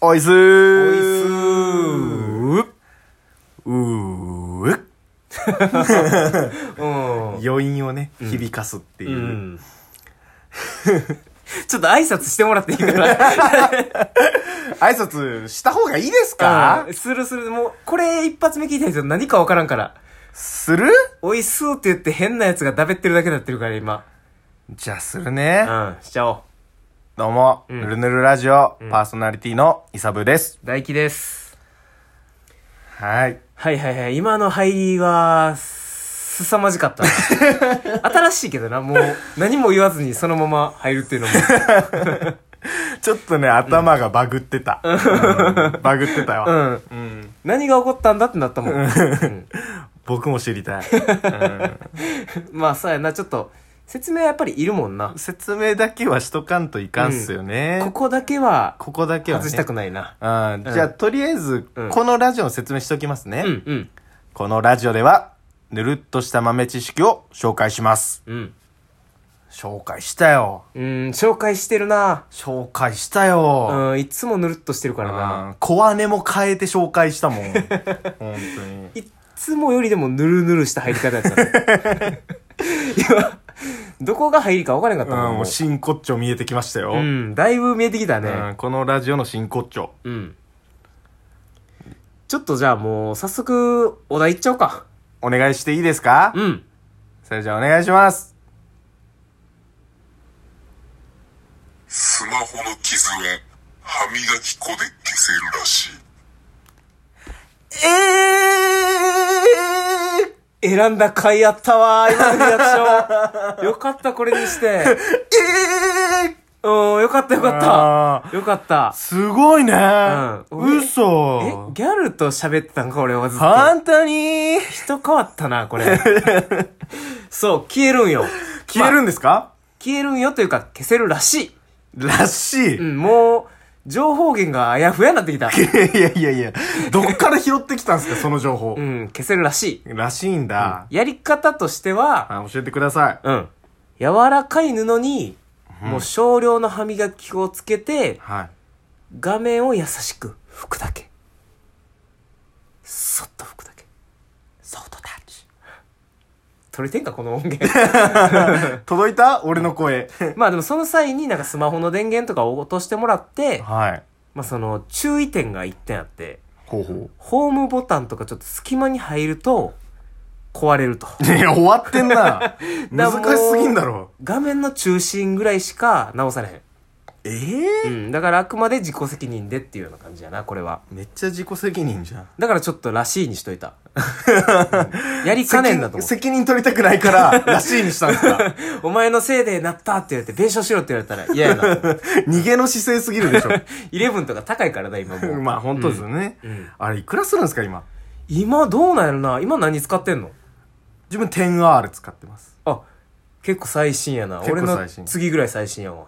おいすおいすーうーうん。余韻をね、響かすっていう。うん。 ちょっと挨拶してもらっていいか 挨拶した方がいいですなか、うんするする。もう、これ一発目聞いた人何かわからんから。するおいすーって言って変なやつがだべってるだけになってるから今。じゃあするね。うん、しちゃおう。どうも、んぬるぬるラジオ、パーソナリティのイサブーです。大輝です。はい。はいはいはい。今の入りは、すさまじかった な。新しいけどな、もう何も言わずにそのまま入るっていう のも。ちょっとね、頭がバグってた。うんバグってたうわ。ん。うん何が起こったんだってなったもん。うん僕も知り たい。まあそうやな、ちょっと、説明はやっぱりいるもんな。説明だけはしとかんといかんっすよね。こここだけは、こだけは、ね。外したくないな。あーじゃあ、とりあえず、うんこのラジオの説明しておきますね。うん、うん、このラジオでは、ぬるっとした豆知識を紹介します。うん。紹介したよ。うん、紹介してるな。紹介したよ。うん、いつもぬるっとしてるからな。うん小金も変えて紹介したもん。本当に。いっつもよりでもぬるぬるした入り方やったね。 今、どこが入りか分からなかったうん、もん。ももう真骨頂見えてきましたよ。ううん、だいぶ見えてきたうね。んこのラジオの真骨頂。うん。ちょっとじゃあもう、早速、お題いっちゃおうか。お願いしていいですかうん。それじゃあお願いします。スマホの傷は歯磨き粉で消せるらしい。えー選んだ回やったわー、今のリアクショ ン。よかった、これにして。えうん、よかった、よーかった。あーよかった。すごいね。うんえ、嘘。ギャルと喋ってたんか、俺はずっと。本当に人変わったな、これ。 そう、消えるんよ。消えまあるんですか、消えるんよというか、消せるらしい。らしい。うん、もう、情報源があやふやになってきた。いやいやいや、どっから拾ってきたんですか、その情報う。ん、消せるらしい。らしいんだ。やり方としては、あ教えてください。うん、柔らかい布に、もう少量の歯磨き粉をつけて、はい。画面を優しく拭くだけ。そっと拭くだけ。ソフトタッチ。取れてんか、この音源。 届いた俺の声。まあでもその際になんかスマホの電源とかを落としてもらって、はい。まあその注意点が1点あって、ほうほホームボタンとかちょっと隙間に入ると壊れると。う。いや、終わって んな。ら難しすぎんだろ。画面の中心ぐらいしか直されえへえん。うん。だからあくまで自己責任でっていうような感じやな、これは。めっちゃ自己責任じゃん。だからちょっとらしいにしといた。うんやりかねんだと思う。責任取りたくない から、らしいにしたんですか。お前のせいでなったって言われて弁償しろって言われたら嫌やなと思う。逃げの姿勢すぎるで しょ。 11とか高いからな、今もう。まあ、本当ですよね。んあれ、いくらするんですか、今。今どうなんやろな今何使ってんの自分 10R 使ってます。あ、結構最新やな。結構俺の最新次ぐらい最新やわ。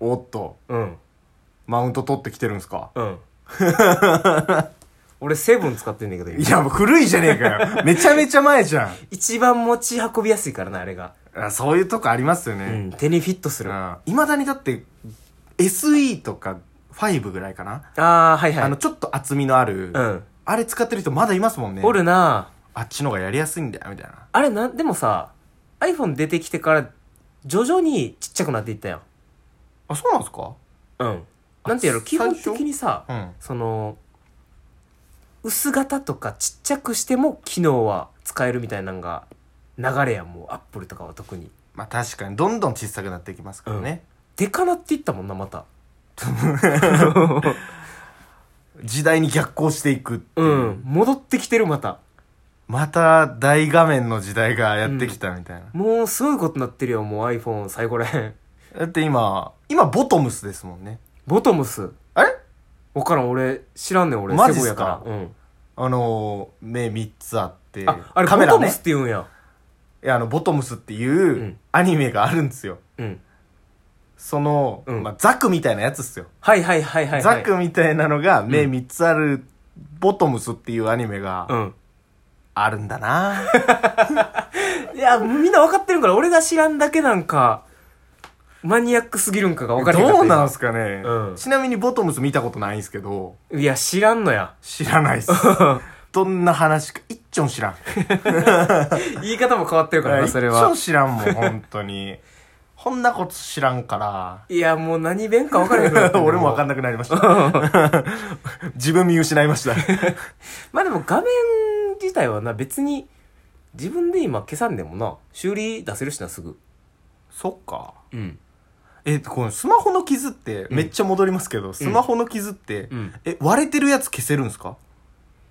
おっと、うん。マウント取ってきてるんですか。うん。 俺セブン使ってんだけど、い今や、もう古いじゃねえか よ。めちゃめちゃ前じゃん。一番持ち運びやすいからな、あれが。あそういうとこありますようね。ん、手にフィットすうる。あん。いまだにだって、SE とか5ぐらいかな。あー、はいはい。あの、ちょっと厚みのある、うん。あれ使ってる人まだいますもんね。おるなあっちの方がやりやすいんだよ、みたいな。あれなん、でもさ、iPhone 出てきてから、徐々にちっちゃくなっていったよ。あ、そうなんですかうん。なんていうの、あ基本最的初にさ、うん。その、薄型とかちっちゃくしても機能は使えるみたいなのが流れやんもう、Apple とかは特に。まあ確かに、どんどん小さくなっていきますからね。でかなっていったもんな、また。時代に逆行していくっていうう。ん。戻ってきてる、また。また、大画面の時代がやってきたみたいな。もうすごいことになってるよ、もう iPhone 最後らへん。 だって今、今、ボトムスですもんね。ボトムス。あれわからん、俺、知らんねん、俺。マジっセすブかやから。うん。あのー、目3つあって、あ、あれ、カメボラトムねスっ。て言うんや。いや、あの、ボトムスっていう、んアニメがあるんですよ。うん。その、うんまあ、ザクみたいなやつっすよ。はいはいはいはい、はい。ザクみたいなのが目3つある、ボトムスっていうアニメうがん。あるんだ な、いや、みんなわかってるから、俺が知らんだけなんか。マニアックすぎるんかが分からへんかったどうなんすかね、うんちなみにボトムス見たことないんすけど、いや、知らんのや。 知らないっす。どんな話か、一丁知らん。言い方も変わってるからな、一それは丁。知らんもん、本当に。こんなこと知らんから。いや、もう何弁か分からへんくなって る俺もわかんうなくなりました。 自分見失いました。まあでも画面自体はな、別に、自分で今消さんでもな、修理出せるしな、すぐ。そっか。うん。え、このスマホの傷って、んめっちゃ戻りますけど、スマホの傷って、うんえ、割れてるやつ消せるんすか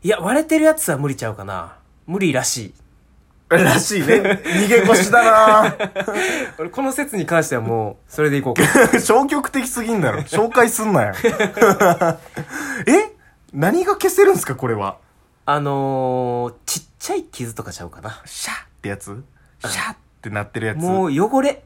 いや、割れてるやつは無理ちゃうかな。無理らしい。らしい ね。逃げ腰だな ぁ俺、この説に関してはもう、それでい こうか。消極的すぎんだろ。紹介すんなよ。 え何が消せるんすかこれは。あのー、ちっちゃい傷とかちゃうかな。シャッってやつシャッってなってるやつ。もう汚れ。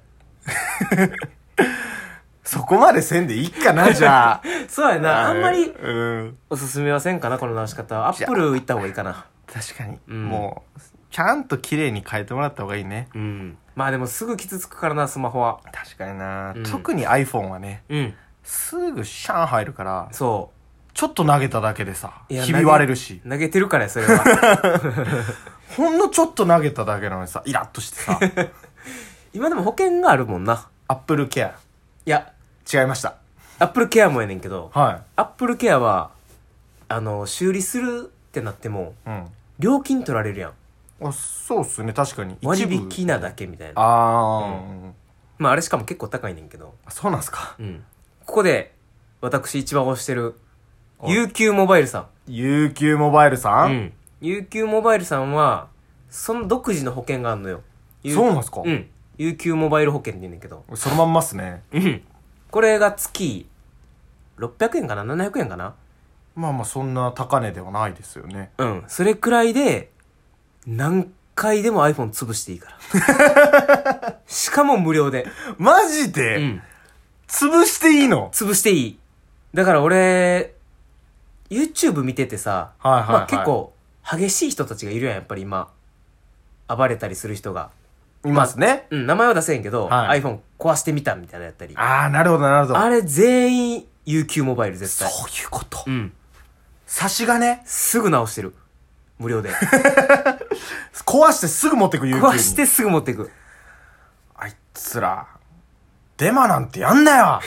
そこまでせんでいいかな、じゃあ。そうや な。あんまりうん。おすすめはせんかな、この直し方は。アップル行った方がいいかな。確かに。うんもう、ちゃんと綺麗に変えてもらった方がいいね。うん。まあでもすぐ傷つくからな、スマホは。確かにな、うん特に iPhone はね、うん。すぐシャン入るから、そちょっと投げただけでさ、う。いやひび割れるし投。げ投げてるからや、それは。 ほんのちょっと投げただけなのにさ、イラッとして さ、今でも保険があるもんな。 Apple Care。いや、違いました。アップルケアもやねんけど、はアップルケアは、あの、修理するってなっても、い。うん。料金取られるやん。あそうっすね確かに割一部引なだけみたいな。あー、まああれしかも結構高いねんけど。そうなんすかうん。ここで、私一番推してる、お UQ モバイルさ UQ モバイルさ、ん。うんん。UQ モバイルさんは、その独自の保険があるのよ。U- そうなんすか、うん。UQ モバイル保険って言うねんけど。そのまんまっすねうん。これが月、600円かな ?700 円かなまあまあそんな高値ではないですよねうん。それくらいで、何回でも iPhone 潰していい から。しかも無料で。マジで、うん。潰していいの潰していい。だから俺、YouTube 見ててさ、はいはいはいまあ結構激しい人たちがいるやん、やっぱり今。暴れたりする人が。いますね、うん、名前は出せへんけど、はい iPhone 壊してみたみたいなやったり。あああなるほどなるほどれ全員 UQ モバイル絶そう対。いうこと、うん。差し金すぐ直してる。無 料で。壊してすぐ持ってく UQ に壊してすぐ持っていく。あいつらデマなんてやんなよ、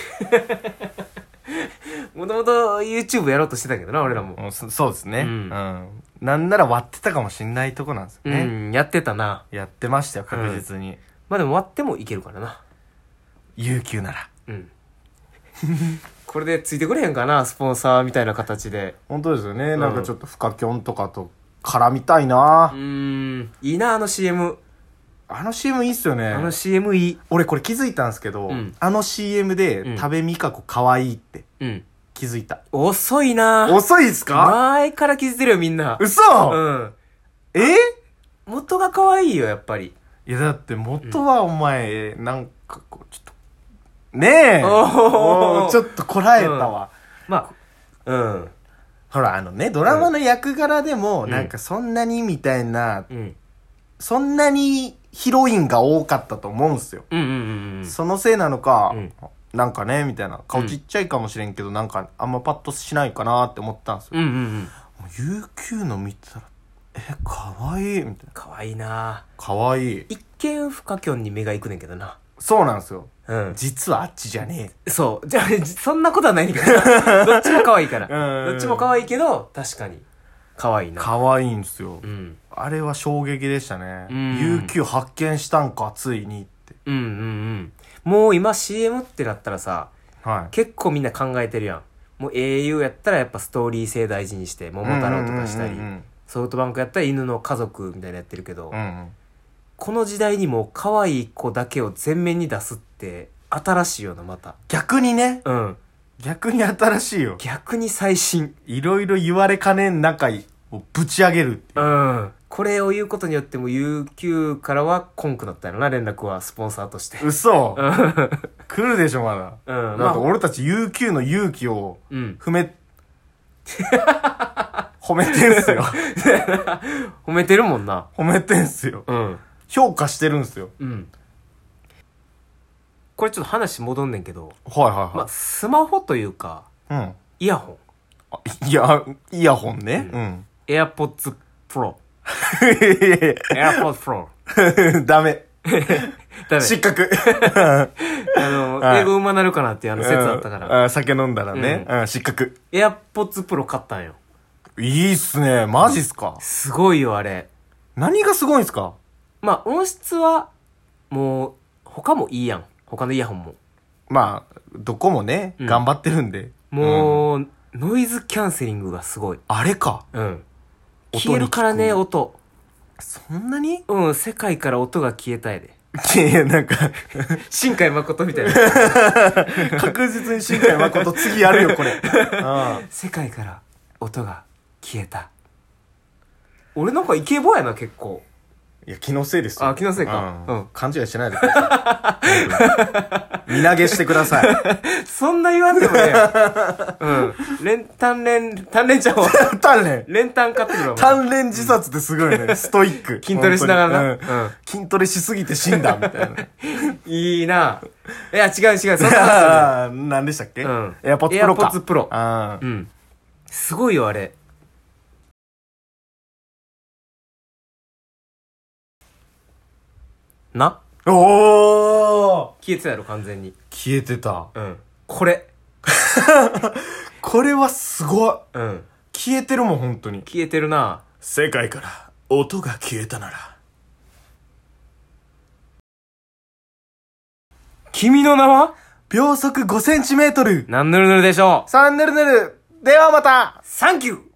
もともと YouTube やろうとしてたけどな、俺らも。うんそそうですねううんん、なんなら割ってたかもしんないとこなんですうよね、ん、やってたな。やってましたよ確実に、まあでも割ってもいけるからな。 UQ なら うん。これでついてくれへんかな、スポンサーみたいな形で。本当ですよね、んなんかちょっとフカキョンとかと絡みたいなう、ーん。いいな、あの CM。あの CM いいっすよねあの CM いい。俺これ気づいたんですけど、うんあの CM うで「ん多部未華子可愛いってうん。気づいた、遅いな遅いっすか前から気づいてるよ、みんな。嘘、うん。え元が可愛いよ、やっぱり。いやだって元はお前、なんかこうちょっとねえおーおーちょっとこらえたわ、まあ、うん。ほらあのねドラマの役柄でも、んなんかそんなにみたいなうん。そんなにヒロインが多かったと思うんすようんうんうんうん。そのせいなのか、うんなんかね、みたいな。顔ちっちゃいかもしれんけど、なんかあんまパッとしないかなって思ったんですよ。うんうんうん。もう UQ の見てたら、え、かわいいみたいな。可愛いなかわいい。一見、フカキョンに目が行くねんけどな。そうなんですよ。うん。実はあっちじゃねそう。じゃあ、じそんなことはないんだけど な。どっちも可愛いから。うんどっちも可愛いけど、確かに。可愛いえ。な。かわいいんですよ。うん。あれは衝撃でしたね。うん UQ 発見したんか、ついにって。うんうんうん。もう今 CM ってなったらさ、はい。結構みんな考えてるやん。もう au やったらやっぱストーリー性大事にして、桃太郎とかしたりうん、うんソフトバンクやったら犬の家族みたいなやってるけどうんう、ん。うんこの時代にもう可愛い子だけを前面に出すって、新しいよな、また。逆にね、うん。逆に新しいよ。逆に最新。いろいろ言われかねん中をぶち上げるっていう。うん。これを言うことによっても UQ からはコンクなったよな、連絡は、スポンサーとして。嘘うん。来るでしょ、まだ。うだっんてまあ俺たち UQ の勇気をうん。踏め、 褒めてんす よ。褒めてるもんな。褒めてんすよ。うん。評価してるんすよ。うん。これちょっと話戻んねんけど、はいはいまあ、はスマホというか、い。うん。イヤホン。あいや、イヤホンね。うん。 AirPods Pro。AirPods Pro。 ダメ。ダメ。失格。あの、はい英語うまなるかなっていうあ の説あったから。うん。酒飲んだらね。ううん、失格。 AirPods Pro 買ったんよ。いいっすね。マジっすか。すごいよ、あれ。何がすごいんすかまあ、音質は、もう、他もいいやん。他のイヤホンも。まあ、どこもね、うん頑張ってるんで。うんもう、ノイズキャンセリングがすごい。あれか。うん。音に聞く消えるからね、音。そんなに うん、世界から音が消えたいで。いやいや、なん か、新海誠みたいな。確実に新海誠次やるよ、 これ。うん 世界から音が消えた。俺なんかイケボやな、結構。いや、気のせいですよ。あ気のせいかうんうん勘違いしないでくださ い。見投げしてください。そんな言わんでもね。うん。連単連、単連ちゃんを、鍛錬連単買ってくるわ。鍛錬自殺ってすごいね。ストイック。筋トレしな本当がらにな。うん。筋トレしすぎて死んだ、みたいな。いいな。いや、違う違う、そんな話じゃないあー 何でしたっけうんエアポッツプロか。 AirPods Pro あーうん。すごいよ、あれ。なおー消えてたやろ、完全に。消えてた。うん。これ。これはすごい。うん。消えてるもん、本当に。消えてるな。世界から音が消えたなら。君の名は秒速5センチメートル。何ぬるぬるでしょう3ぬるぬる。ではまたサンキュー